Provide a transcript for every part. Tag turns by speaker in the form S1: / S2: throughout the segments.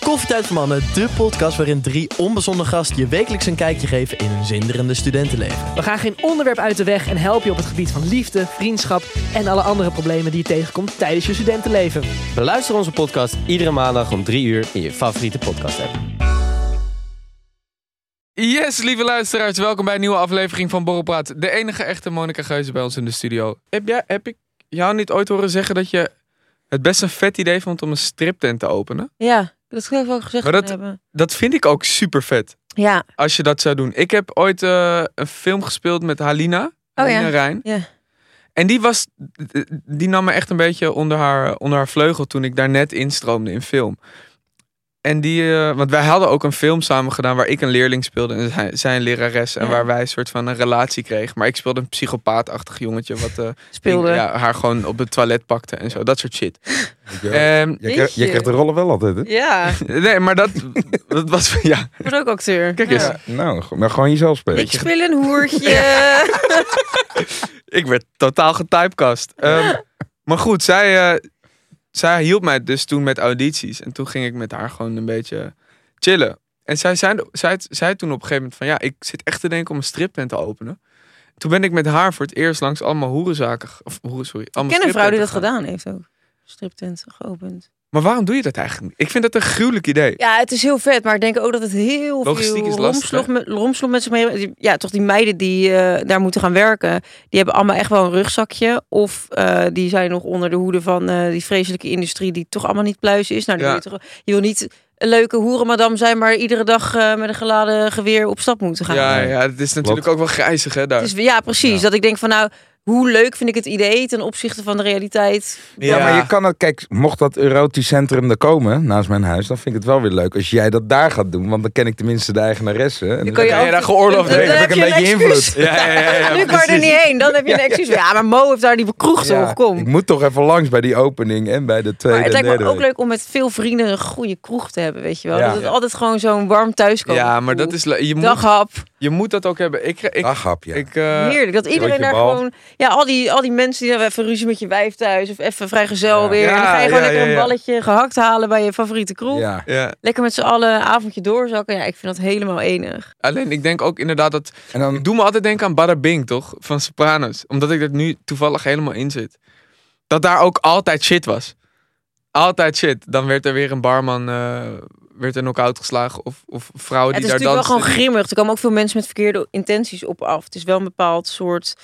S1: Koffietijd voor Mannen, de podcast waarin drie onbezonnen gasten je wekelijks een kijkje geven in hun zinderende studentenleven.
S2: We gaan geen onderwerp uit de weg en helpen je op het gebied van liefde, vriendschap en alle andere problemen die je tegenkomt tijdens je studentenleven.
S3: Beluister onze podcast iedere maandag om 3 uur in je favoriete podcast app.
S4: Yes, lieve luisteraars, welkom bij een nieuwe aflevering van Borrelpraat. De enige echte Monica Geuze bij ons in de studio. Heb, jij, heb ik jou niet ooit horen zeggen dat je het best een vet idee vond om een striptent te openen?
S5: Ja, dat zou ik wel gezegd
S4: Maar dat-
S5: hebben.
S4: Dat vind ik ook super vet,
S5: Ja,
S4: als je dat zou doen. Ik heb ooit eh, een film gespeeld met Halina, Halina
S5: Oh ja.
S4: Rijn.
S5: Ja.
S4: En die, was, die nam me echt een beetje onder haar, onder haar vleugel toen ik daar net instroomde in film. En die, eh, want wij hadden ook een film samen gedaan waar ik een leerling speelde en zij, zij een lerares. En
S5: Ja.
S4: waar wij een soort van een relatie kregen. Maar ik speelde een psychopaatachtig jongetje wat eh,
S5: speelde.
S4: ja, haar gewoon op het toilet pakte en zo. Dat soort shit. Ehm,
S6: je, krijgt, je
S5: Jeetje.
S6: krijgt de rollen wel altijd, hè?
S5: Ja,
S4: nee, maar dat, dat was, ja,
S5: ik word ook acteur.
S4: Kijk
S5: Ja.
S4: eens.
S6: Nou, go- maar gewoon jezelf spelen.
S5: Ik speel een hoertje. Ja.
S4: ik werd totaal getypecast. Ehm, maar goed, zij, eh, zij hielp mij dus toen met audities. En toen ging ik met haar gewoon een beetje chillen. En zij zei, zij zei toen op een gegeven moment van... Ja, ik zit echt te denken om een striptent te openen. Toen ben ik met haar voor het eerst langs allemaal hoerenzaken... ge- Of hoeren, sorry.
S5: Ik
S4: allemaal
S5: ken een vrouw die
S4: striptenten
S5: dat
S4: gegaan.
S5: gedaan heeft ook. Striptent geopend.
S4: Maar waarom doe je dat eigenlijk niet? Ik vind dat een gruwelijk idee.
S5: Ja, het is heel vet, maar ik denk ook dat het heel
S4: Logistiek
S5: veel
S4: is lastig,
S5: romslomp met, romslomp met zich mee. Ja, toch die meiden die eh, daar moeten gaan werken, die hebben allemaal echt wel een rugzakje. Of eh, die zijn nog onder de hoede van eh, die vreselijke industrie die toch allemaal niet pluis is. Nou, die
S4: Ja.
S5: wil je, toch, je wil niet een leuke hoerenmadam zijn, maar iedere dag eh, met een geladen geweer op stap moeten gaan.
S4: Ja, ja, het is natuurlijk ook wel grijzig, hè, daar.
S5: Dus, ja, precies. Dat ik denk van nou, hoe leuk vind ik het idee ten opzichte van de realiteit.
S6: Ja, maar je kan het, kijk, mocht dat erotisch centrum er komen naast mijn huis, dan vind ik het wel weer leuk als jij dat daar gaat doen, want dan ken ik tenminste de eigenaresse. En
S5: Dan
S6: dan
S5: kan je
S4: ben je
S5: altijd-
S4: daar geoorloofd
S5: dan-
S4: mee.
S5: dan
S6: heb ik een beetje
S5: excuus.
S6: invloed.
S4: Ja, ja, ja. ja,
S5: nu kan je er niet heen, dan heb je een excuus. Ja, maar Mo heeft daar die kroeg
S6: Ja,
S5: toch, kom.
S6: Ik moet toch even langs bij die opening en bij de tweede
S5: Maar het
S6: en
S5: lijkt me
S6: derde
S5: ook
S6: week.
S5: leuk om met veel vrienden een goede kroeg te hebben, weet je wel.
S6: Ja.
S5: Dat het altijd gewoon zo'n warm thuiskomen.
S4: Ja, maar dat is... le- Je moet,
S5: Daghap,
S4: je moet dat ook hebben. Ik, ik,
S6: Ach, hap, ja.
S4: ik, eh,
S5: heerlijk. Dat iedereen
S6: Rondje
S5: daar
S6: bal.
S5: gewoon... Ja, al die, al die mensen die hebben even ruzie met je wijf thuis. Of even vrijgezel
S6: Ja.
S5: weer. en dan ga je
S4: Ja, ja,
S5: gewoon lekker
S4: ja,
S5: een
S4: ja.
S5: balletje gehakt halen bij je favoriete kroeg.
S6: Ja.
S4: ja.
S5: Lekker met z'n allen een avondje doorzakken. Ja, ik vind dat helemaal enig.
S4: Alleen ik denk ook inderdaad dat
S6: En dan
S4: Ik doe me altijd denken aan Bada Bing, toch? Van Sopranos. Omdat ik er nu toevallig helemaal in zit. Dat daar ook altijd shit was. Altijd shit. Dan werd er weer een barman... eh, werd er knock-out geslagen. Of, of vrouwen
S5: Ja, het
S4: die
S5: is
S4: daar
S5: natuurlijk wel
S4: dansen.
S5: gewoon grimmig. Er komen ook veel mensen met verkeerde intenties op af. Het is wel een bepaald soort...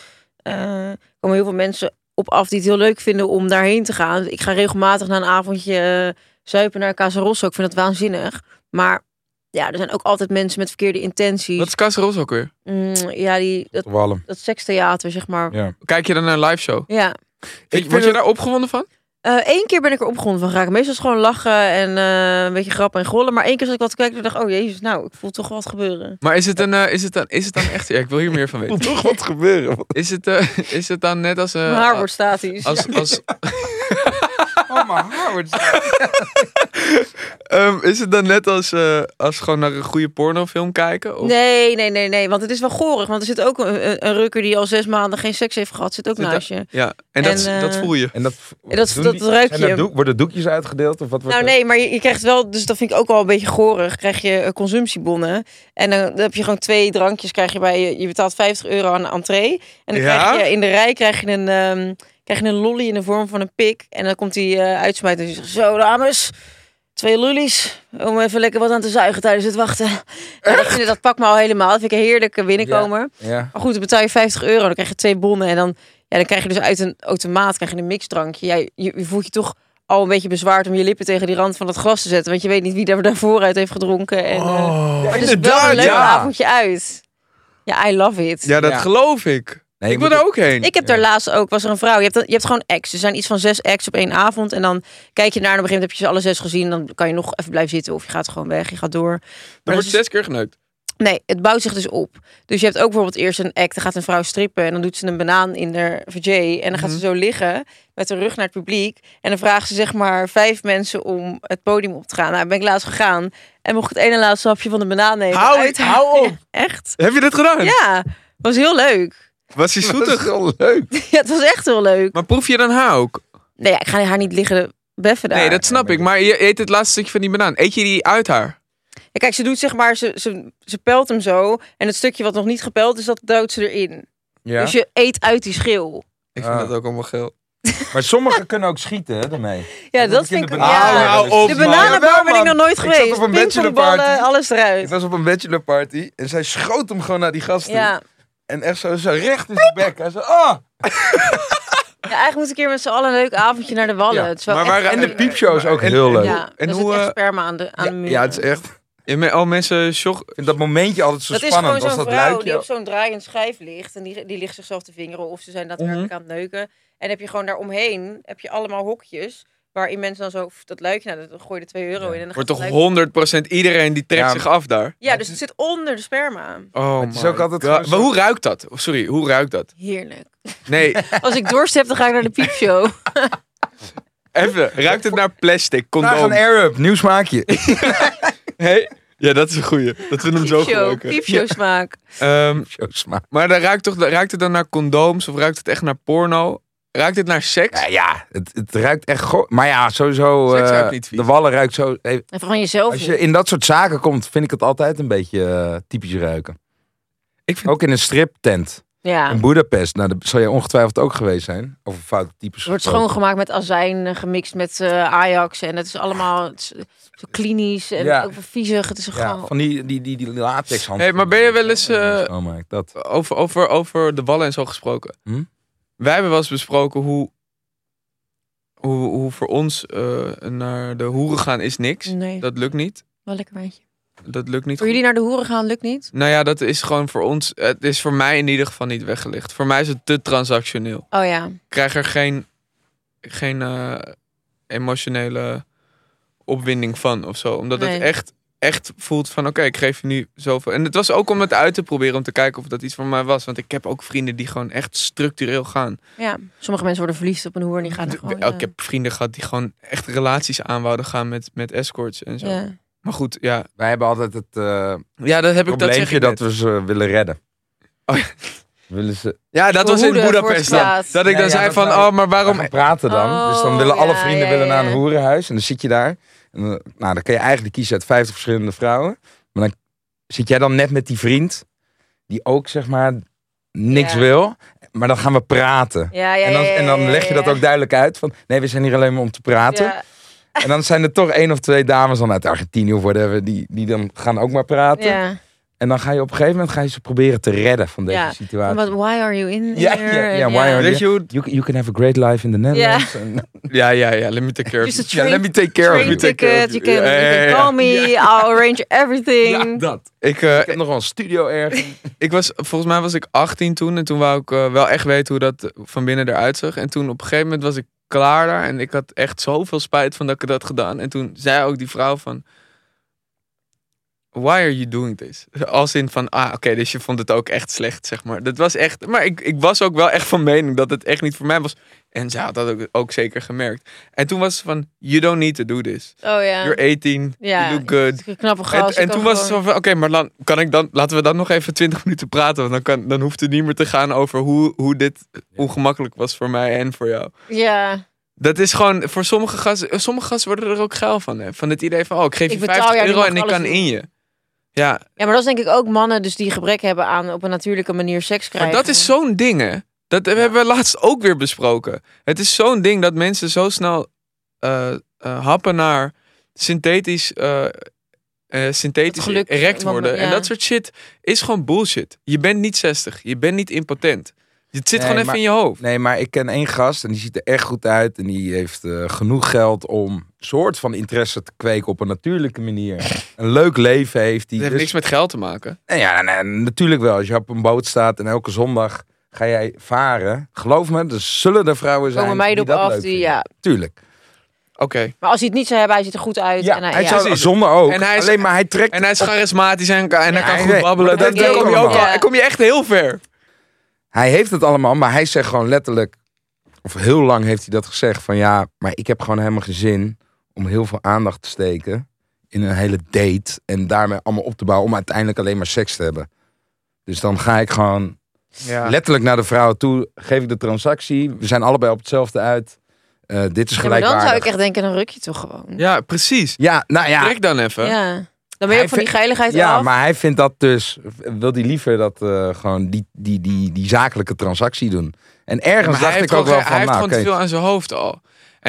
S5: eh, er komen heel veel mensen op af die het heel leuk vinden om daarheen te gaan. Ik ga regelmatig na een avondje eh, zuipen naar Casa Rosso. Ik vind dat waanzinnig. Maar ja, er zijn ook altijd mensen met verkeerde intenties.
S4: Dat is Cas Ros ook weer.
S5: Mm, ja, die, dat,
S6: Wallem.
S5: dat sekstheater, zeg maar. Ja.
S6: Ja.
S4: Kijk je dan naar een live show?
S6: vind
S4: Word je
S6: het-
S4: daar opgewonden van?
S5: Eén Eh, keer ben ik er opgewonden van geraakt. Meestal is het gewoon lachen en eh, een beetje grappen en gollen. Maar één keer zat ik wat te kijken en dacht, oh jezus, nou, ik voel toch wat gebeuren.
S4: Maar is het dan, eh, is het dan, is het dan echt... Ja, ik wil hier meer van
S6: moet
S4: weten.
S6: toch wat gebeuren.
S4: Is het, eh, is het dan net als... eh,
S5: Mijn haar wordt statisch.
S4: als, als,
S6: Oh, mijn haar
S4: ehm, is het dan net als, eh, als gewoon naar een goede pornofilm kijken? Of
S5: Nee, nee, nee, nee. Want het is wel gorig. Want er zit ook een, een- een rukker die al zes maanden geen seks heeft gehad. Zit ook
S4: Zit er-
S5: naast je.
S4: Ja, en, dat,
S5: En, eh,
S4: dat voel je.
S6: En dat,
S5: dat-
S6: doen
S5: dat
S6: die-
S5: ruik
S6: zijn er
S5: je.
S6: doek- worden doekjes uitgedeeld of wat wordt
S5: Nou
S6: er-
S5: nee, maar je, je krijgt wel, dus dat vind ik ook wel een beetje gorig. Krijg je eh, consumptiebonnen. En dan, dan heb je gewoon twee drankjes. Krijg je, bij, je- je betaalt 50 euro aan entree. En dan
S4: Ja?
S5: krijg je in de rij krijg je een, ehm, krijg je een lolly in de vorm van een pik. En dan komt die eh uitsmijter en die zegt: Zo, dames. Twee lollies. Om even lekker wat aan te zuigen tijdens het wachten. Ja, dat, vind ik- dat pak me al helemaal. Dat vind ik een heerlijke binnenkomer.
S6: Ja.
S5: Maar goed, dan betaal je 50 euro, dan krijg je twee bonnen. En dan, ja, dan krijg je dus uit een automaat krijg je een mixdrankje. Ja, je, je voelt je toch al een beetje bezwaard om je lippen tegen die rand van dat glas te zetten. Want je weet niet wie daar daarvoor uit heeft gedronken. En, eh,
S4: Oh,
S5: maar het is wel
S6: inderdaad,
S5: een leuk
S6: ja.
S5: avondje uit. Ja, I love it.
S4: Ja, dat
S6: Ja.
S4: geloof ik.
S6: Nee,
S4: ik wil
S6: moet-
S4: daar ook heen.
S5: Ik heb daar laatst ook, was er een vrouw. Je hebt, dat- je hebt gewoon ex. Er zijn iets van zes ex op één avond. En dan kijk je naar en op een gegeven moment heb je ze alle zes gezien. Dan kan je nog even blijven zitten of je gaat gewoon weg. Je gaat door.
S4: er
S5: Maar dus
S4: wordt
S5: dat is-
S4: zes keer geneukt.
S5: Nee, het bouwt zich dus op. Dus je hebt ook bijvoorbeeld eerst een act. Dan gaat een vrouw strippen en dan doet ze een banaan in haar VJ. En dan gaat
S4: Mhm.
S5: ze zo liggen met haar rug naar het publiek. En dan vraagt ze zeg maar vijf mensen om het podium op te gaan. Nou, ben ik laatst gegaan. En mocht ik het ene laatste hapje van de banaan nemen. uit haar-
S4: hou op.
S5: Echt?
S4: Heb je dit gedaan?
S5: Ja, was heel leuk.
S4: Was hij
S6: Dat is
S4: zoetig?
S6: wel leuk.
S5: Ja, het was echt heel leuk.
S4: Maar proef je dan haar ook?
S5: Nee, ja, ik ga haar niet liggen beffen daar.
S4: Nee, dat snap ik. Maar je eet het laatste stukje van die banaan. Eet je die uit haar?
S5: Ja, kijk, ze doet zeg maar, ze, ze, ze pelt hem zo. En het stukje wat nog niet gepeld is, dat duwt ze erin.
S6: Ja.
S5: Dus je eet uit die schil.
S4: Ik
S6: Ah.
S4: vind dat ook allemaal geel.
S6: Maar sommigen kunnen ook schieten hè, daarmee.
S5: Ja,
S6: Dat
S5: dat,
S6: moet ik in
S5: vind
S6: de
S5: ik...
S6: banaan-
S5: ja.
S6: Ah, nou,
S5: de
S6: op, man. Jawel,
S5: bananenbar ben ik nog
S6: man.
S5: nooit
S6: Ik zat
S5: geweest.
S6: op een
S5: Pingpongballen,
S6: bachelorparty.
S5: alles
S6: Ik
S5: eruit.
S6: was op een bachelorparty en zij schoot hem gewoon naar die gasten.
S5: Ja.
S6: En echt zo, zo recht in zijn bek. Hij zei, ah!
S5: ja, eigenlijk moet ik een keer met z'n allen een leuk avondje naar de wallen.
S4: Ja,
S5: Het is wel
S4: maar
S5: echt
S4: waar-
S6: En
S5: leuk.
S6: de piepshow is ook heel leuk.
S5: Ja,
S4: En
S5: en
S4: hoe,
S5: hoe, echt
S4: eh,
S5: sperma aan de, aan de muur.
S6: Ja, het is echt
S4: Ja, met al mensen sjog...
S6: in dat momentje altijd zo
S5: dat is
S6: spannend.
S5: gewoon
S6: Als
S5: zo'n
S6: dat
S5: vrouw die
S6: luikje.
S5: op zo'n draaiend schijf ligt. En die, die ligt zichzelf te vingeren. Of ze zijn
S6: Mhm.
S5: daadwerkelijk aan het neuken. En heb je gewoon daaromheen heb je allemaal hokjes. Waarin mensen dan zo, "Pff, dat luikje, nou, dan gooi je er 2 euro in. En dan gaat
S4: Wordt
S5: het
S4: toch
S5: luikje-
S4: 100% iedereen die trekt
S6: Ja,
S4: zich af daar?
S5: Ja, dus het zit onder de sperma.
S4: Oh,
S6: het is ook altijd gewoon
S4: Maar
S6: zo-
S4: hoe ruikt dat? Oh, Sorry, hoe ruikt dat?
S5: Heerlijk.
S4: Nee,
S5: Als ik dorst heb, dan ga ik naar de piepshow.
S4: even. Ruikt het naar plastic,
S6: Vandaag
S4: condoom?
S6: een Arab, nieuw smaakje.
S4: Hey? Ja, dat is een goeie. Dat we hem zo
S5: Piepshow,
S4: gebruiken.
S5: piepshow smaak.
S4: Ehm,
S6: Zo smaak.
S4: maar dan ruikt, toch, ruikt het dan naar condooms of ruikt het echt naar porno? Ruikt het naar seks?
S6: Ja, ja het, het ruikt echt goed. Maar ja, sowieso.
S4: Seks ruikt
S6: eh,
S4: niet vies.
S6: de wallen ruikt zo. eh,
S5: En van jezelf.
S6: Als je in dat soort zaken komt, vind ik het altijd een beetje eh, typisch ruiken.
S4: Ik vind
S6: Ook in een striptent
S5: Ja.
S6: in Budapest. Nou, daar zal jij ongetwijfeld ook geweest zijn. Over foute types.
S5: Het wordt
S6: gesproken.
S5: schoongemaakt met azijn, eh, gemixt met eh, Ajax. En het is allemaal het is eh, zo klinisch en
S6: Ja.
S5: ook wel viezig. Het is gewoon...
S6: Ja, van die, die, die, die latex
S4: Hey, maar ben je wel eens, eh,
S6: Oh my, dat.
S4: over, over, over de wallen en zo gesproken.
S6: Hm?
S4: Wij hebben wel eens besproken hoe, hoe, hoe voor ons eh, naar de hoeren gaan is niks.
S5: Nee,
S4: Dat lukt niet.
S5: wel lekker meisje.
S4: Dat lukt niet.
S5: Voor jullie naar de hoeren gaan lukt niet?
S4: Nou ja, dat is gewoon voor ons. Het is voor mij in ieder geval niet weggelegd. Voor mij is het te transactioneel.
S5: Oh ja.
S4: Ik krijg er geen, geen eh, emotionele opwinding van of zo. Omdat
S5: Nee.
S4: het echt, echt voelt van oké, ik geef je nu zoveel. En het was ook om het uit te proberen om te kijken of dat iets voor mij was. Want ik heb ook vrienden die gewoon echt structureel gaan.
S5: ja. Sommige mensen worden verliefd op een hoer en die gaan er gewoon...
S4: Oh, Ik
S5: eh,
S4: heb vrienden gehad die gewoon echt relaties aan wouden gaan met, met escorts en zo.
S5: ja.
S4: Maar goed, ja.
S6: Wij hebben altijd het eh
S4: Ja, dat heb ik dat zeg
S6: probleempje
S4: ik
S6: dat,
S4: net.
S6: we ze willen redden.
S4: Oh, ja.
S6: Willen ze
S4: Ja, dat was in
S5: Verhoeden wordt
S4: Boedapest dan.
S5: kwaad.
S4: Dat ik
S6: Ja,
S4: dan
S6: ja,
S4: zei
S6: dat
S4: van,
S6: wou ik.
S4: oh, maar waarom...
S6: Waarom praten dan?
S5: Oh,
S6: dus dan willen alle
S5: ja,
S6: vrienden
S5: ja,
S6: willen naar
S5: ja.
S6: een hoerenhuis. En dan zit je daar. En, dan- nou, dan kun je eigenlijk kiezen uit 50 verschillende vrouwen. Maar dan zit jij dan net met die vriend. Die ook zeg maar niks
S5: Ja.
S6: wil. Maar dan gaan we praten.
S5: Ja, ja,
S6: en, dan,
S5: ja, ja,
S6: en dan leg je dat
S5: ja.
S6: ook duidelijk uit. Van nee, we zijn hier alleen maar om te praten.
S5: Ja.
S6: En dan zijn er toch één of twee dames dan uit Argentinië of whatever. Die, die dan gaan ook maar praten.
S5: Ja.
S6: En dan ga je op een gegeven moment ga je ze proberen te redden van deze
S5: Ja.
S6: situatie.
S5: But why are you in
S6: Ja,
S5: here?
S6: ja, ja,
S5: En
S6: why are
S4: Weet je hoe...
S6: You, you can have a great life in the Netherlands. En-
S4: Ja, ja, ja, let me take care of
S5: Just a
S4: you.
S5: train,
S6: let me take care of
S5: train
S6: you.
S5: ticket, you can,
S4: Ja, ja, ja,
S5: you
S4: ja.
S5: can call me, I'll arrange everything.
S6: dat.
S4: Ik, eh,
S6: Ik heb nog wel een studio ergens.
S4: ik was, volgens mij was ik 18 toen en toen wou ik eh, wel echt weten hoe dat van binnen eruit zag. En toen op een gegeven moment was ik klaar daar en ik had echt zoveel spijt van dat ik dat had gedaan. En toen zei ook die vrouw van, why are you doing this? Als in van, ah oké, dus je vond het ook echt slecht, zeg maar. Dat was echt, maar ik, ik was ook wel echt van mening dat het echt niet voor mij was. En ze had dat ook, ook zeker gemerkt. En toen was ze van, you don't need to do this.
S5: Oh ja.
S4: You're 18,
S5: ja.
S4: you look good.
S5: Knappe
S4: En,
S5: gast.
S4: en
S5: je
S4: toen
S5: kan
S4: was het
S5: gewoon-
S4: zo van, oké, maar dan, kan ik dan, laten we dan nog even 20 minuten praten. Want dan, kan, dan hoeft het niet meer te gaan over hoe, hoe dit ongemakkelijk was voor mij en voor jou.
S5: Ja.
S4: Dat is gewoon, voor sommige gasten, eh, sommige gasten worden er ook geil van. Hè? Van het idee van, oh, ik geef
S5: Ik
S4: je
S5: betaal
S4: 50
S5: jou, je
S4: euro
S5: mag
S4: en ik
S5: alles
S4: kan
S5: doen.
S4: in je. Ja,
S5: Ja, maar dat is denk ik ook mannen dus die gebrek hebben aan op een natuurlijke manier seks
S4: maar
S5: krijgen.
S4: dat is zo'n ding, hè. Dat hebben we laatst ook weer besproken. Het is zo'n ding dat mensen zo snel eh, eh, happen naar synthetisch, eh, eh, synthetisch
S5: Dat geluk-
S4: erect
S5: want-
S4: worden. En
S5: ja.
S4: dat soort shit is gewoon bullshit. Je bent niet 60. Je bent niet impotent. Het zit
S6: Nee,
S4: gewoon even
S6: maar-
S4: in je hoofd.
S6: Nee, maar ik ken één gast en die ziet er echt goed uit. En die heeft eh, genoeg geld om soort van interesse te kweken op een natuurlijke manier. Een leuk leven heeft hij.
S4: Het heeft niks
S6: Dus-
S4: met geld te maken.
S6: Nou ja, nou, nou, natuurlijk wel. Als je op een boot staat en elke zondag ga jij varen. Geloof me, er zullen er vrouwen zijn
S5: Komen meiden
S6: die
S5: op
S6: dat
S5: af
S6: leuk
S5: die
S6: vinden.
S5: ja.
S6: Tuurlijk.
S4: Oké.
S5: Maar als hij het niet zou hebben, hij ziet er goed uit.
S6: Ja,
S5: Dus en hij,
S6: hij
S5: ja.
S6: zou
S4: Precies.
S6: zonder ook.
S4: En hij is-
S6: Alleen maar hij trekt...
S4: En hij is
S6: op-
S4: charismatisch en, en hij kan
S6: Ja,
S4: goed
S6: nee,
S4: babbelen.
S6: maar
S4: Dan
S6: dat
S4: dan
S6: weet
S4: kom je
S6: ik
S4: ook al,
S5: allemaal.
S4: dan kom je echt heel ver.
S6: hij heeft het allemaal, maar hij zegt gewoon letterlijk... Of heel lang heeft hij dat gezegd. Van ja, maar ik heb gewoon helemaal geen zin om heel veel aandacht te steken in een hele date. En daarmee allemaal op te bouwen om uiteindelijk alleen maar seks te hebben. Dus dan ga ik gewoon
S4: Ja.
S6: Letterlijk naar de vrouw toe, geef ik de transactie. We zijn allebei op hetzelfde uit. eh, dit is
S5: Ja, maar dan
S6: gelijkwaardig.
S5: zou ik echt denken, dan ruk je toch gewoon.
S4: Ja, precies.
S6: Ja, nou ja.
S4: Trek dan even.
S5: Ja. Dan ben je
S6: Hij
S5: ook van die
S6: vindt-
S5: geiligheid
S6: Ja,
S5: af.
S6: maar hij vindt dat dus, wil hij liever dat eh, gewoon die, die, die, die zakelijke transactie doen. En
S4: Maar
S6: ergens
S4: hij
S6: dacht
S4: heeft
S6: ik ook
S4: gewoon,
S6: wel
S4: hij
S6: van,
S4: heeft
S6: nou
S4: gewoon
S6: oké.
S4: te veel aan zijn hoofd al. En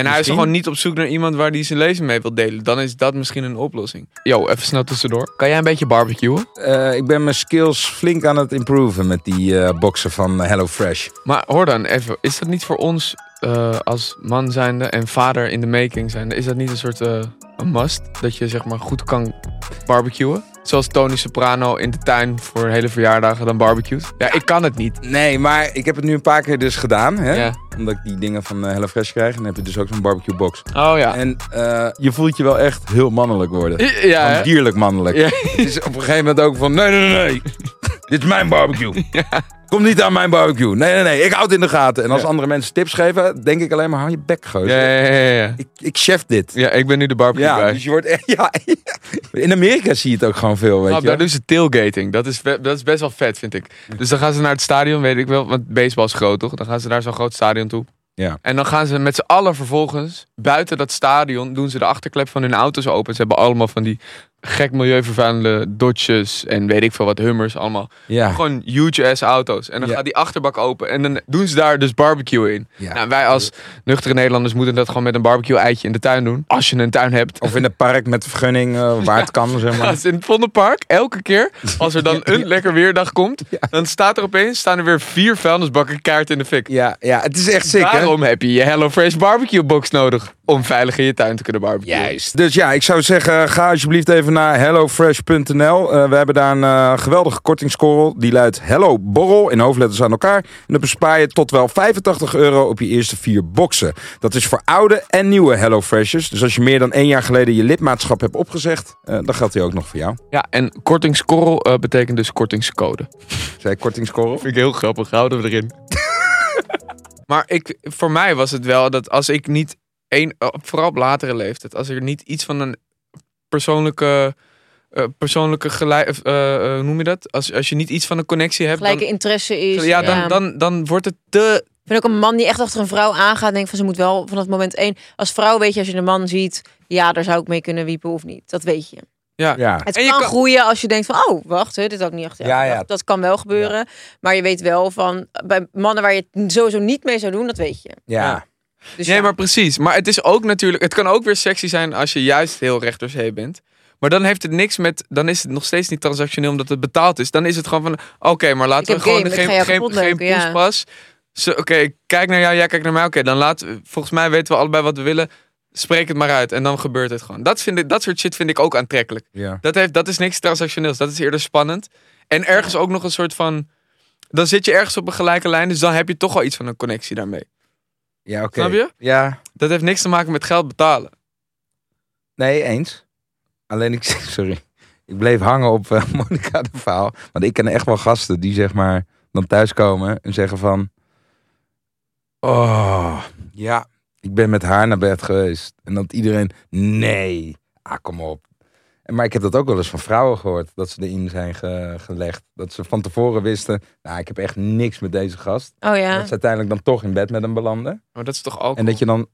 S4: hij is
S6: Misschien.
S4: gewoon niet op zoek naar iemand waar hij zijn leven mee wil delen. Dan is dat misschien een oplossing. Yo, even snel tussendoor. Kan jij een beetje barbecuen?
S6: eh, ik ben mijn skills flink aan het improven met die eh, boxen van HelloFresh.
S4: Maar hoor dan even, is dat niet voor ons eh, als man zijnde en vader in de making zijnde... is dat niet een soort eh, een must? Dat je zeg maar goed kan barbecuen? Zoals Tony Soprano in de tuin voor hele verjaardagen dan barbecued. Ja, ik kan het niet.
S6: Nee, maar ik heb het nu een paar keer dus gedaan. Hè?
S4: Ja.
S6: Omdat ik die dingen van eh, HelloFresh krijg. En dan heb je dus ook zo'n barbecue box.
S4: Oh ja.
S6: En eh, je voelt je wel echt heel mannelijk worden.
S4: Ja,
S6: Gewoon
S4: hè?
S6: dierlijk mannelijk.
S4: Ja.
S6: Eh? Het is op een gegeven moment ook van, nee, nee, nee, nee. Dit is mijn barbecue. Kom niet aan mijn barbecue. Nee, nee, nee. Ik houd het in de gaten. En als
S4: Ja.
S6: andere mensen tips geven, denk ik alleen maar, hou je bek, gozer.
S4: Ja, ja, ja, ja.
S6: Ik, ik chef dit.
S4: Ja, ik ben nu de barbecue
S6: Ja,
S4: guy.
S6: dus je wordt echt, ja. In Amerika zie je het ook gewoon veel, weet
S4: Nou,
S6: je.
S4: daar doen ze tailgating. Dat is, we- dat is best wel vet, vind ik. Dus dan gaan ze naar het stadion, weet ik wel. Want baseball is groot, toch? Dan gaan ze naar zo'n groot stadion toe.
S6: Ja.
S4: En dan gaan ze met z'n allen vervolgens buiten dat stadion... doen ze de achterklep van hun auto's open. Ze hebben allemaal van die gek milieuvervuilende Dodges... en weet ik veel wat, Hummers allemaal.
S6: Ja.
S4: Gewoon huge-ass auto's. En dan
S6: Ah. Ja.
S4: gaat die achterbak open en dan doen ze daar dus barbecue in.
S6: Ja.
S4: Nou, wij als nuchtere Nederlanders moeten dat gewoon met een barbecue-eitje in de tuin doen. Als je een tuin hebt.
S6: Of in het park met vergunning, eh, waar het kan, zeg maar.
S4: Dat is in het Vondelpark. Elke keer als er dan een lekker weerdag komt, dan staat er opeens staan er weer vier vuilnisbakken kaart in de fik.
S6: Ja, ja, het is echt sick, hè?
S4: Daarom heb je je HelloFresh barbecue box nodig om veilig in je tuin te kunnen barbecuen.
S6: Dus ja, ik zou zeggen, ga alsjeblieft even naar hellofresh.nl. Eh, we hebben daar een eh, geweldige kortingskorrel. Die luidt Hello Borrel in hoofdletters aan elkaar. En dan bespaar je tot wel 85 euro op je eerste vier boxen. Dat is voor oude en nieuwe HelloFreshers. Dus als je meer dan één jaar geleden je lidmaatschap hebt opgezegd, eh, dan geldt die ook nog voor jou.
S4: Ja, en kortingskorrel eh, betekent dus kortingscode.
S6: Zij kortingskorrel?
S4: Vind ik heel grappig, houden we erin. maar ik, voor mij was het wel dat als ik niet, één, eh, vooral op latere leeftijd, als er niet iets van een persoonlijke, eh, persoonlijke gelijk, eh, eh, hoe noem je dat? Als, als je niet iets van een connectie hebt, dan-
S5: Gelijke interesse is. ehm,
S4: Ja, dan, dan, dan wordt het te.
S5: Ik vind ook een man die echt achter een vrouw aangaat. Denk van ze moet wel vanaf moment één. Als vrouw weet je, als je een man ziet. Ja, daar zou ik mee kunnen wiepen of niet. Dat weet je.
S6: Ja.
S5: Het
S4: En
S5: kan,
S4: je kan-
S5: groeien als je denkt van, oh, wacht, hè, dit had ik niet achter.
S6: Ja, ja.
S5: Dat, dat kan wel gebeuren. Maar je weet wel van, bij mannen waar je het sowieso niet mee zou doen, dat weet je.
S6: Ja.
S5: Dus
S4: nee,
S5: ja.
S4: maar precies. Maar het is ook natuurlijk. Het kan ook weer sexy zijn als je juist heel rechterzee bent. Maar dan heeft het niks met. Dan is het nog steeds niet transactioneel omdat het betaald is. Dan is het gewoon van. Oké, maar laten
S5: Ik
S4: we
S5: heb
S4: gewoon
S5: game, ik
S4: geen,
S5: ga jou
S4: geen, geen
S5: kapotleuken, ja.
S4: poespas. Zo, Oké, ik kijk naar jou, jij kijkt naar mij. Oké, dan laten we- Volgens mij weten we allebei wat we willen. Spreek het maar uit en dan gebeurt het gewoon. Dat, vind ik, dat soort shit vind ik ook aantrekkelijk.
S6: ja.
S4: Dat, heeft, dat is niks transactioneels. Dat is eerder spannend. En ergens ook nog een soort van. Dan zit je ergens op een gelijke lijn. Dus dan heb je toch al iets van een connectie daarmee.
S6: Ja, oké.
S4: Snap je?
S6: Ja.
S4: Dat heeft niks te maken met geld betalen.
S6: Nee, eens. Alleen ik, sorry, ik bleef hangen op eh, Monica de Vaal. Want ik ken echt wel gasten die zeg maar dan thuiskomen en zeggen van... Oh, ja, ik ben met haar naar bed geweest. En dat iedereen, nee, ah, kom op. En Maar ik heb dat ook wel eens van vrouwen gehoord, dat ze erin zijn ge- gelegd. Dat ze van tevoren wisten, nou, ik heb echt niks met deze gast.
S5: Oh ja.
S6: Dat ze uiteindelijk dan toch in bed met hem belanden.
S4: Maar dat is toch ook.
S6: En dat je dan,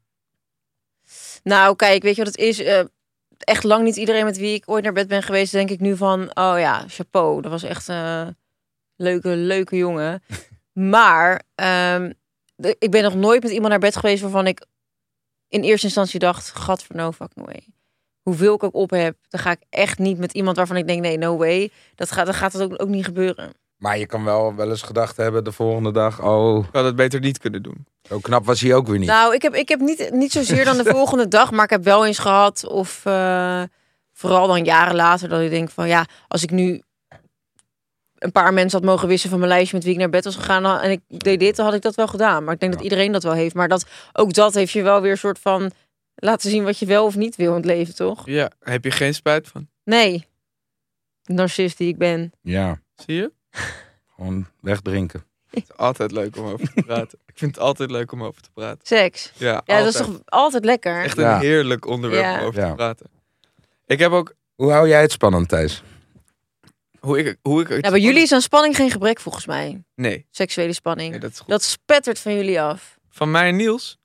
S5: Nou, kijk, weet je wat het is? Eh, echt lang niet iedereen met wie ik ooit naar bed ben geweest, denk ik nu van, oh ja, chapeau, dat was echt een leuke, leuke jongen. maar ehm, de- ik ben nog nooit met iemand naar bed geweest waarvan ik in eerste instantie dacht, god for no fucking way. Hoeveel ik ook op heb, dan ga ik echt niet met iemand waarvan ik denk, nee, no way. Dat gaat, dan gaat dat ook, ook niet gebeuren.
S6: maar je kan wel wel eens gedacht hebben de volgende dag, oh,
S4: Ik had het beter niet kunnen doen.
S6: Zo knap was hij ook weer niet.
S5: Nou, ik heb, ik heb niet, niet zozeer dan de volgende dag, maar ik heb wel eens gehad, of eh, vooral dan jaren later, dat ik denk van ja, als ik nu een paar mensen had mogen wissen van mijn lijstje met wie ik naar bed was gegaan dan- en ik deed dit, dan had ik dat wel gedaan. Maar ik denk dat iedereen dat wel heeft. Maar dat, ook dat heeft je wel weer een soort van laten zien wat je wel of niet wil in het leven, toch?
S4: Ja. Heb je geen spijt van?
S5: Nee. Narcist die ik ben.
S6: Ja,
S4: Zie je?
S6: gewoon wegdrinken.
S4: Het is altijd leuk om over te praten. Ik vind het altijd leuk om over te praten.
S5: Seks.
S4: Ja,
S5: Ja,
S4: altijd.
S5: dat is toch altijd lekker?
S4: echt een
S6: Ja.
S4: heerlijk onderwerp
S5: Ja.
S4: om over
S6: Ja.
S4: te praten. Ik heb ook.
S6: Hoe hou jij het spannend, Thijs?
S4: Hoe ik. Hoe ik
S5: Nou, bij jullie is aan spanning geen gebrek volgens mij.
S4: Nee,
S5: Seksuele spanning.
S4: nee dat is goed.
S5: dat spettert van jullie af.
S4: Van mij en Niels.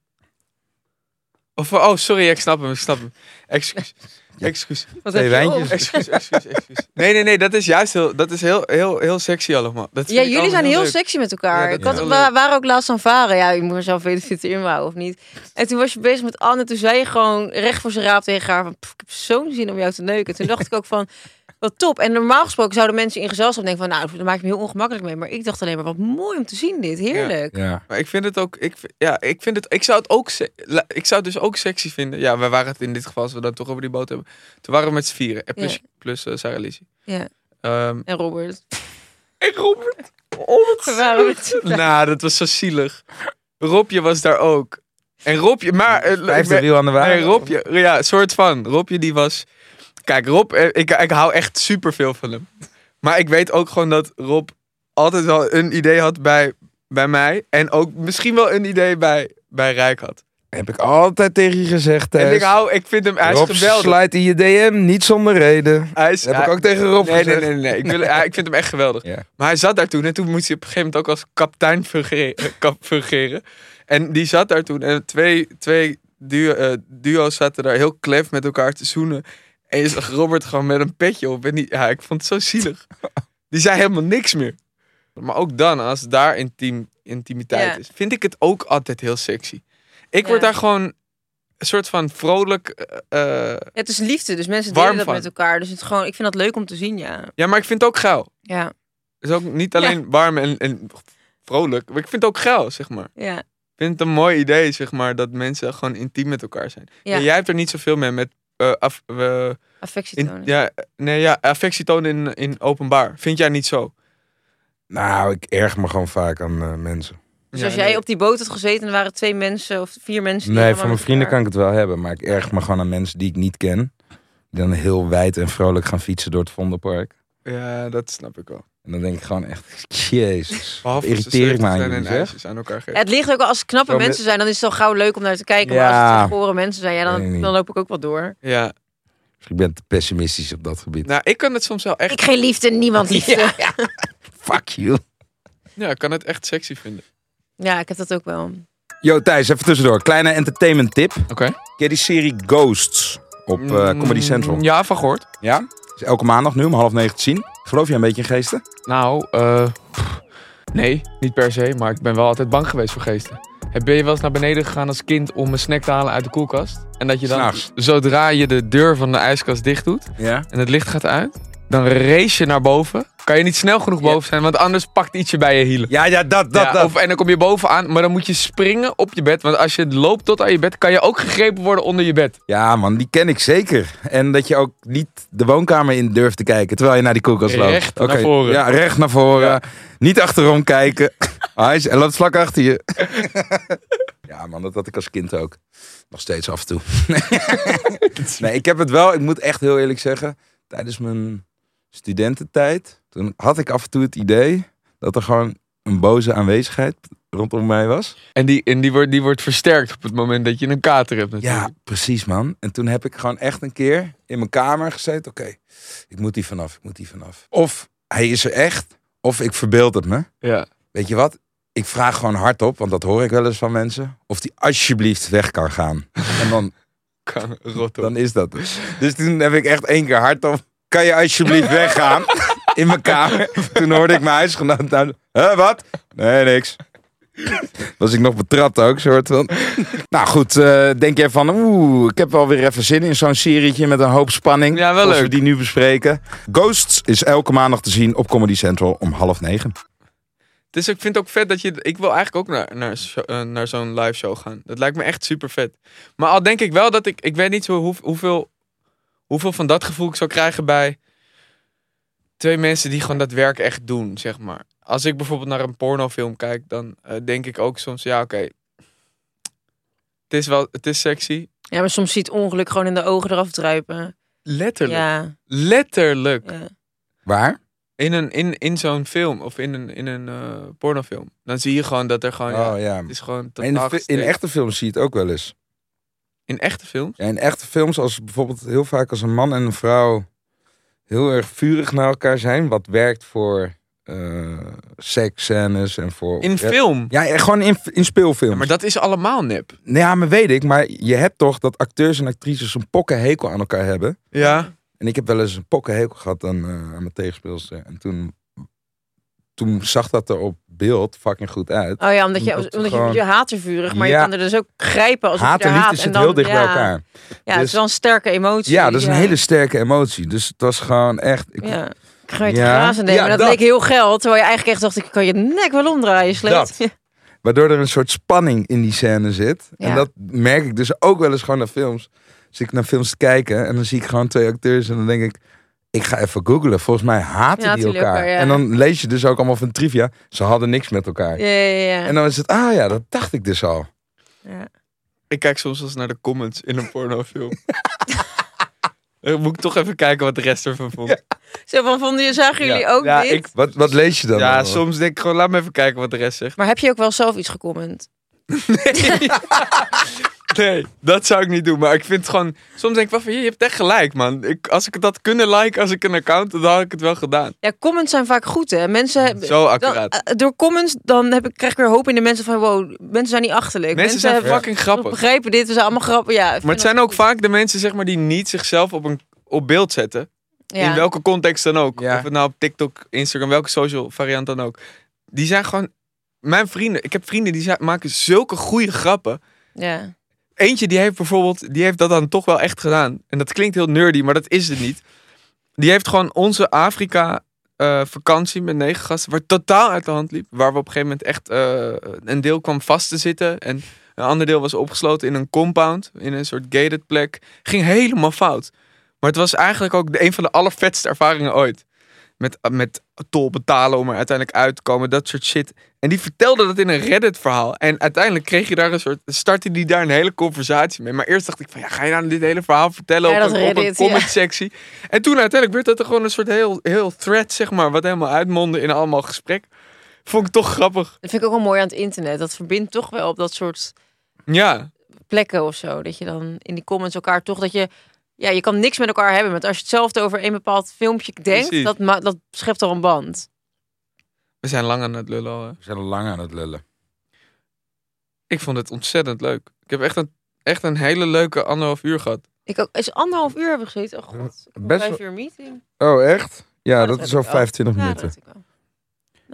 S4: Of, oh, sorry, ik snap hem, ik snap hem. Excuus. Excuus.
S5: Wat
S6: Twee
S5: heb je op?
S6: wijntjes.
S4: Excuus, excuus, excuus. Nee, nee, nee, dat is juist heel, dat is heel, heel, heel sexy allemaal. Dat vind
S5: Ja,
S4: ik
S5: jullie
S4: allemaal
S5: zijn heel
S4: leuk.
S5: sexy met elkaar.
S4: Ja, dat
S5: ik
S4: is
S5: had,
S4: heel
S5: we
S4: leuk.
S5: waren ook laatst aan varen. Ja, je moet maar zelf weten of je het inwouw of niet. En toen was je bezig met Anne. Toen zei je gewoon recht voor zijn raap tegen haar. Van, "Pff, ik heb zo'n zin om jou te neuken. Toen dacht ik ook van, wat top. En normaal gesproken zouden mensen in gezelschap denken van... Nou, daar maak ik me heel ongemakkelijk mee. Maar ik dacht alleen maar, wat mooi om te zien dit. Heerlijk.
S6: Ja.
S4: Maar ik vind het ook, ik, vind- ja, ik vind het, ik zou het ook, se- la- ik zou het dus ook sexy vinden. Ja, we waren het in dit geval, als we dan toch over die boot hebben. Toen waren we met z'n vieren. En plus,
S5: Ja.
S4: plus eh, Sarah Lizzie.
S5: Ja.
S4: Ehm,
S5: En Robert.
S4: en Robert. Oh, wat
S5: We waren met
S4: Nou, dat was zo zielig. Robje was daar ook. En Robje, maar... eh,
S6: Vijfde
S4: ik-
S6: wiel aan de wagen.
S4: Nee, Robje, ja, soort van. Robje die was... Kijk, Rob, eh, ik, ik hou echt superveel van hem. Maar ik weet ook gewoon dat Rob altijd wel een idee had bij, bij mij. En ook misschien wel een idee bij, bij Rijk had.
S6: Heb ik altijd tegen je gezegd,
S4: En
S6: Thijs.
S4: ik hou, ik vind hem, hij is
S6: Rob
S4: geweldig.
S6: sluit in je DM, niet zonder reden.
S4: Hij is,
S6: Heb
S4: hij-
S6: ik ook tegen Rob
S4: nee, nee,
S6: gezegd.
S4: nee, nee, nee. Ik, wil, hij- ik vind hem echt geweldig.
S6: Ja.
S4: Maar hij zat daar toen en toen moest hij op een gegeven moment ook als kapitein fungeren. eh, kap- fungeren. En die zat daar toen en twee, twee duo, eh, duo's zaten daar heel klef met elkaar te zoenen. En je zag Robert gewoon met een petje op. En die, ja, ik vond het zo zielig. Die zei helemaal niks meer. Maar ook dan, als daar intiem, intimiteit
S5: Ja.
S4: is, vind ik het ook altijd heel sexy. Ik
S5: Ja.
S4: word daar gewoon een soort van vrolijk... eh, eh,
S5: Ja, het is liefde, dus mensen
S4: Warm
S5: delen dat
S4: van.
S5: met elkaar. Dus het is gewoon, ik vind dat leuk om te zien, ja.
S4: ja, maar ik vind het ook geil.
S5: Ja,
S4: is ook niet alleen warm en, en vrolijk. Maar ik vind het ook geil, zeg maar.
S5: ja.
S4: Ik vind het een mooi idee, zeg maar, dat mensen gewoon intiem met elkaar zijn.
S5: Ja.
S4: Ja, jij hebt er niet zoveel mee met eh, af- eh,
S5: Affectie
S4: in-
S5: tonen.
S4: ja, nee, ja, affectie tonen in, in openbaar. Vind jij niet zo?
S6: Nou, ik erg me gewoon vaak aan eh, mensen.
S5: Dus
S4: Ja,
S5: als
S4: nee.
S5: jij op die boot had gezeten... en er waren twee mensen of vier mensen... die
S6: Nee,
S5: helemaal
S6: van mijn
S5: met
S6: vrienden
S5: elkaar-
S6: kan ik het wel hebben. Maar ik erg me gewoon aan mensen die ik niet ken. Die dan heel wijd en vrolijk gaan fietsen door het Vondelpark.
S4: Ja, dat snap ik wel.
S6: En dan denk ik gewoon echt, jezus, wat
S4: Behalve als ze
S6: irriteer ik me
S4: slecht
S6: aan
S4: zijn
S6: jullie,
S4: en
S6: zeg.
S4: ijsjes aan elkaar geven.
S5: Het ligt ook wel als het knappe
S6: Zo met-
S5: mensen zijn, dan is het zo gauw leuk om naar te kijken. Maar
S6: Ja.
S5: als het gore mensen zijn, ja,
S6: Weet ik
S5: dan,
S6: niet.
S5: dan loop ik ook wel door.
S4: Ja.
S6: Ik ben te pessimistisch op dat gebied.
S4: Nou, ik kan het soms wel
S5: Ik
S4: echt,
S5: geen liefde, niemand liefde. Ja,
S6: Fuck you.
S4: ja, ik kan het echt sexy vinden.
S5: ik heb dat ook wel.
S6: Yo, Thijs, even tussendoor. Kleine entertainment tip.
S4: Oké. Mm,
S6: Ken je die serie Ghosts op eh, Comedy Central?
S4: Ja, van gehoord.
S6: Ja? Is elke maandag nu om half negen te zien. Geloof je een beetje in geesten?
S4: Nou, eh, pff, nee, niet per se. Maar ik ben wel altijd bang geweest voor geesten. Heb- Ben je wel eens naar beneden gegaan als kind om een snack te halen uit de koelkast? En dat je dan,
S6: S'nachts.
S4: zodra je de deur van de ijskast dicht doet
S6: Ja.
S4: en het licht gaat uit, dan race je naar boven. Kan je niet snel genoeg boven zijn, want anders pakt ietsje bij je hielen.
S6: Ja, ja, dat, dat,
S4: Ja,
S6: dat.
S4: Of, en dan kom je bovenaan, maar dan moet je springen op je bed. Want als je loopt tot aan je bed, kan je ook gegrepen worden onder je bed.
S6: Ja, man, die ken ik zeker. En dat je ook niet de woonkamer in durft te kijken terwijl je naar die koelkast loopt.
S4: Recht naar
S6: Oké,
S4: voren.
S6: Ja, recht naar voren. Niet achterom kijken. Hij is- hij loopt vlak achter je. ja, man, dat had ik als kind ook. Nog steeds af en toe. nee, ik heb het wel, ik moet echt heel eerlijk zeggen. Tijdens mijn studententijd, toen had ik af en toe het idee dat er gewoon een boze aanwezigheid rondom mij was.
S4: En die, en die, wordt, die wordt versterkt op het moment dat je een kater hebt natuurlijk.
S6: Ja, precies man. En toen heb ik gewoon echt een keer in mijn kamer gezeten. Oké, ik moet die vanaf, ik moet die vanaf. Of hij is er echt, of ik verbeeld het me.
S4: Ja.
S6: Weet je wat? Ik vraag gewoon hardop, want dat hoor ik wel eens van mensen. Of die alsjeblieft weg kan gaan. En dan,
S4: Kan rot op.
S6: dan is dat het. Dus toen heb ik echt één keer hardop. Kan je alsjeblieft weggaan? In mijn kamer. Toen hoorde ik mijn huisgenoot. Nou, Hè, wat? Nee, niks. Was ik nog betrapt ook, soort van. Nou goed, eh, denk jij van, oeh, ik heb wel weer even zin in zo'n serietje met een hoop spanning.
S4: Ja, wel
S6: Als we
S4: leuk.
S6: die nu bespreken. Ghosts is elke maandag te zien op Comedy Central om half negen.
S4: Dus ik vind het ook vet dat je. Ik wil eigenlijk ook naar, naar, zo- eh, naar zo'n live show gaan. Dat lijkt me echt super vet. Maar al denk ik wel dat ik. Ik weet niet zo hoe, hoeveel, hoeveel van dat gevoel ik zou krijgen bij twee mensen die gewoon dat werk echt doen, zeg maar. Als ik bijvoorbeeld naar een pornofilm kijk, dan eh, denk ik ook soms: ja, oké. Het is wel. Het is sexy.
S5: Ja, maar soms ziet ongeluk gewoon in de ogen eraf druipen.
S4: Letterlijk.
S5: Ja,
S4: Letterlijk.
S5: ja.
S6: Waar?
S4: In, een, in, in zo'n film of in een, in een eh, pornofilm. Dan zie je gewoon dat er gewoon. ja,
S6: Oh ja.
S4: het is gewoon
S6: Maar In, de
S4: totaal
S6: fi- in
S4: gesteeld.
S6: echte films zie je het ook wel eens.
S4: in echte film.
S6: Ja, in echte films, als bijvoorbeeld heel vaak als een man en een vrouw heel erg vurig naar elkaar zijn, wat werkt voor eh, eh seksscènes en voor...
S4: In
S6: Oh, ja,
S4: film.
S6: Ja, ja, gewoon in, in speelfilms.
S4: Ja, maar dat is allemaal nep.
S6: Nee, ja, maar weet ik. Maar je hebt toch dat acteurs en actrices een pokkenhekel aan elkaar hebben.
S4: Ja.
S6: En ik heb wel eens een pokkenhekel gehad aan, eh, aan mijn tegenspeelster. En toen, toen zag dat er op beeld fucking goed uit.
S5: Oh ja, omdat je,
S6: Omdat het
S5: omdat je,
S6: gewoon-
S5: je haat er vurig, maar
S6: Ja.
S5: je kan er dus ook grijpen als
S6: Haat
S5: je
S6: en
S5: er
S6: liefde
S5: haat.
S6: zitten heel dicht bij
S5: ja,
S6: elkaar.
S5: Ja, het
S6: Dus-
S5: is wel een sterke emotie.
S6: Ja, dat is een hele sterke emotie. Dus het was gewoon echt... Ik,
S5: Ja. Ik ga je het
S6: Ja.
S5: grazen nemen.
S6: Ja,
S5: dat,
S6: dat.
S5: leek heel geld. Terwijl je eigenlijk echt dacht, ik kan je nek wel omdraaien, slecht.
S6: Waardoor er een soort spanning in die scène zit. En
S5: Ja.
S6: dat merk ik dus ook wel eens gewoon naar films. Als ik naar films te kijken en dan zie ik gewoon twee acteurs en dan denk ik... Ik ga even googlen. Volgens mij haten
S5: Ja,
S6: die
S5: natuurlijk
S6: elkaar.
S5: wel, ja.
S6: En dan lees je dus ook allemaal van trivia. Ze hadden niks met elkaar.
S5: Ja, ja, ja.
S6: En dan is het, ah ja, dat dacht ik dus al.
S4: Ik kijk soms wel eens naar de comments in een pornofilm. Dan moet ik toch even kijken wat de rest ervan vond. Ja,
S5: Zo van, vonden je, zagen jullie ook
S4: ja,
S5: dit?
S4: ik-
S6: Wat, wat lees je dan? allemaal?
S4: soms denk ik gewoon, laat me even kijken wat de rest zegt.
S5: Maar heb je ook wel zelf iets gecomment?
S4: Nee, dat zou ik niet doen. Maar ik vind het gewoon... Soms denk ik wel van, je hebt echt gelijk, man. Ik, als ik het had kunnen liken als ik een account had, dan had ik het wel gedaan.
S5: Ja, comments zijn vaak goed, hè? Mensen hebben...
S4: Zo
S5: dan-
S4: accuraat.
S5: eh, door comments dan heb ik, krijg ik weer hoop in de mensen van... Wow, mensen zijn niet achterlijk.
S4: Mensen zijn
S5: hebben-
S4: fucking grappig.
S5: begrijpen dit, we zijn allemaal grappen. Ja, ik vind
S4: Maar het
S5: dat
S4: zijn ook
S5: goed.
S4: vaak de mensen zeg maar, die niet zichzelf op, een, op beeld zetten.
S5: Ja.
S4: In welke context dan ook.
S6: Ja.
S4: Of het nou op TikTok, Instagram, welke social variant dan ook. Die zijn gewoon... Mijn vrienden, ik heb vrienden die zijn- maken zulke goede grappen.
S5: Ja.
S4: Eentje die heeft bijvoorbeeld, die heeft dat dan toch wel echt gedaan. En dat klinkt heel nerdy, maar dat is het niet. Die heeft gewoon onze Afrika eh, vakantie met negen gasten, waar het totaal uit de hand liep. Waar we op een gegeven moment echt eh, een deel kwam vast te zitten. En een ander deel was opgesloten in een compound, in een soort gated plek. Ging helemaal fout. Maar het was eigenlijk ook de, een van de allervetste ervaringen ooit. Met, met tol betalen om er uiteindelijk uit te komen, dat soort shit. En die vertelde dat in een Reddit-verhaal. En uiteindelijk kreeg je daar een soort. startte die daar een hele conversatie mee. Maar eerst dacht ik van ja, ga je nou dit hele verhaal vertellen
S5: Ja,
S4: op,
S5: dat
S4: een, op een
S5: Reddit, ja.
S4: comment-sectie? En toen uiteindelijk werd dat er gewoon een soort heel, heel thread, zeg maar, wat helemaal uitmondde in allemaal gesprek. Vond ik toch grappig.
S5: Dat vind ik ook wel mooi aan het internet. Dat verbindt toch wel op dat soort
S4: Ja,
S5: plekken of zo. Dat je dan in die comments elkaar toch dat je. Ja, je kan niks met elkaar hebben. Maar als je hetzelfde over een bepaald filmpje denkt,
S4: Precies.
S5: dat, ma- dat schept al een band.
S4: we zijn lang aan het lullen al. hè.
S6: We zijn al lang aan het lullen.
S4: Ik vond het ontzettend leuk. Ik heb echt een, echt een hele leuke anderhalf uur gehad.
S5: Ik ook, is anderhalf uur hebben gezeten. Oh god, ik heb
S6: Best
S5: vijf uur meeting.
S6: Oh, echt? Ja,
S5: Ja,
S6: dat,
S5: dat
S6: is
S5: heb
S6: al
S5: ik wel.
S6: 25
S5: Ja, dat
S6: minuten.
S5: had ik wel.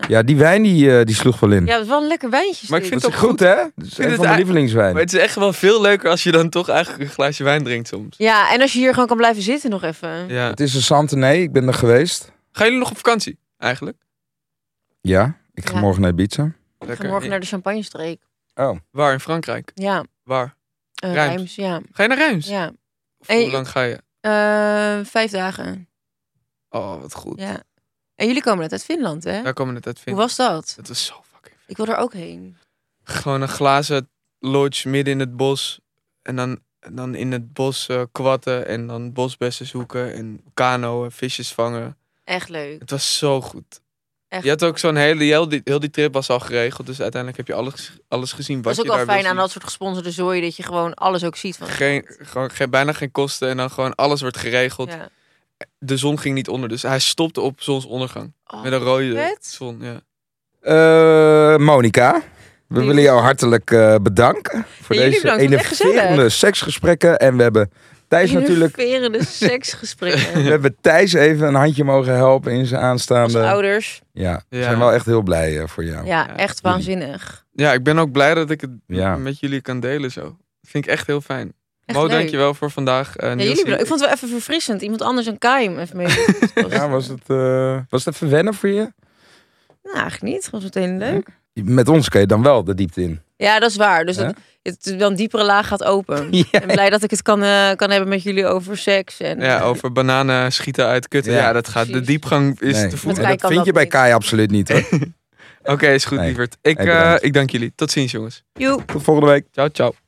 S6: Ja, die wijn die, eh, die sloeg wel in.
S5: Ja, dat is wel een lekker wijntje.
S4: Maar ik
S5: steeds.
S6: dat is
S4: het
S6: goed,
S4: ook
S6: hè? Dat is
S4: vind
S6: een
S4: het
S6: van mijn
S4: ei-
S6: lievelingswijn.
S4: Maar het is echt wel veel leuker als je dan toch eigenlijk een glaasje wijn drinkt soms.
S5: Ja, en als je hier gewoon kan blijven zitten nog even.
S4: Ja.
S6: Het is een Santenay, ik ben er geweest.
S4: Gaan jullie nog op vakantie eigenlijk?
S6: Ja, ik ga
S5: Ja.
S6: morgen naar Ibiza.
S5: Ik ga morgen naar de champagnestreek.
S6: Oh,
S4: Waar in Frankrijk?
S5: Ja,
S4: Waar?
S5: eh
S4: Rijms.
S5: Rijms, Ja,
S4: Ga je naar Reims?
S5: ja.
S4: Of
S5: En-
S4: Hoe lang ga je?
S5: Eh, vijf dagen.
S4: Oh, wat goed.
S5: Ja. En jullie komen net uit Finland, hè?
S4: Daar komen we net uit
S5: Hoe
S4: vinden.
S5: was dat?
S4: Dat was zo fucking vet.
S5: Ik wil er ook heen.
S4: Gewoon een glazen lodge midden in het bos. En dan, en dan in het bos eh, kwatten. En dan bosbessen zoeken. En kanoën, visjes vangen.
S5: Echt leuk.
S4: Het was zo goed.
S5: Echt
S4: Je had ook zo'n hele... Heel die, heel die trip was al geregeld. Dus uiteindelijk heb je alles, alles gezien wat
S5: Dat is
S4: je
S5: ook wel
S4: daar wil
S5: fijn aan
S4: zien.
S5: dat soort gesponsorde zooi, dat je gewoon alles ook ziet. Van,
S4: Geen, gewoon, geen, bijna geen kosten. En dan gewoon alles wordt geregeld.
S5: Ja.
S4: De zon ging niet onder. Dus hij stopte op zonsondergang.
S5: Oh,
S4: Met een rode
S5: vet.
S4: zon. Ja.
S6: Eh, Monika, we
S5: Lief.
S6: willen jou hartelijk eh, bedanken voor
S5: Ja, jullie
S6: deze
S5: bedankt, het was echt
S6: enerverende seksgesprekken. En we hebben Thijs natuurlijk,
S5: Innoverende seksgesprekken.
S6: we hebben Thijs even een handje mogen helpen in zijn
S5: Als
S6: aanstaande.
S5: ouders.
S6: Ja, we
S4: Ja.
S6: zijn wel echt heel blij eh, voor jou.
S5: Ja,
S4: Ja.
S5: echt waanzinnig.
S4: Ja, ik ben ook blij dat ik het
S6: Ja.
S4: met jullie kan delen zo. vind ik echt heel fijn.
S5: Echt
S4: Mo,
S5: leuk.
S4: dankjewel voor vandaag. eh,
S5: Ja,
S4: Niels,
S5: jullie bedankt. Ik vond het wel even verfrissend. Iemand anders een Kaim even mee.
S6: Ja, was het, eh, was het even wennen voor je?
S5: Nou, eigenlijk niet. Het was meteen leuk.
S6: Met ons kun je dan wel de diepte in.
S5: Ja, dat is waar. Dus
S6: Hè?
S5: dat, het, dan diepere laag gaat open.
S6: Ja.
S5: En blij dat ik het kan, eh, kan hebben met jullie over seks. En,
S4: ja, over bananen schieten uit kutten.
S6: Ja,
S4: Ja, dat gaat. De
S5: precies.
S4: diepgang is
S6: Nee.
S4: te
S6: En
S5: Met
S4: voelen.
S5: Kai
S6: dat
S5: kan
S6: vind
S5: dat
S6: je bij
S5: niet.
S6: Kai absoluut niet. hoor.
S4: Oké, is goed,
S6: Nee.
S4: lieverd. Ik,
S6: Hey,
S4: eh,
S6: bedankt.
S4: ik dank jullie. Tot ziens, jongens.
S5: Joe.
S6: Tot volgende week.
S4: Ciao, ciao.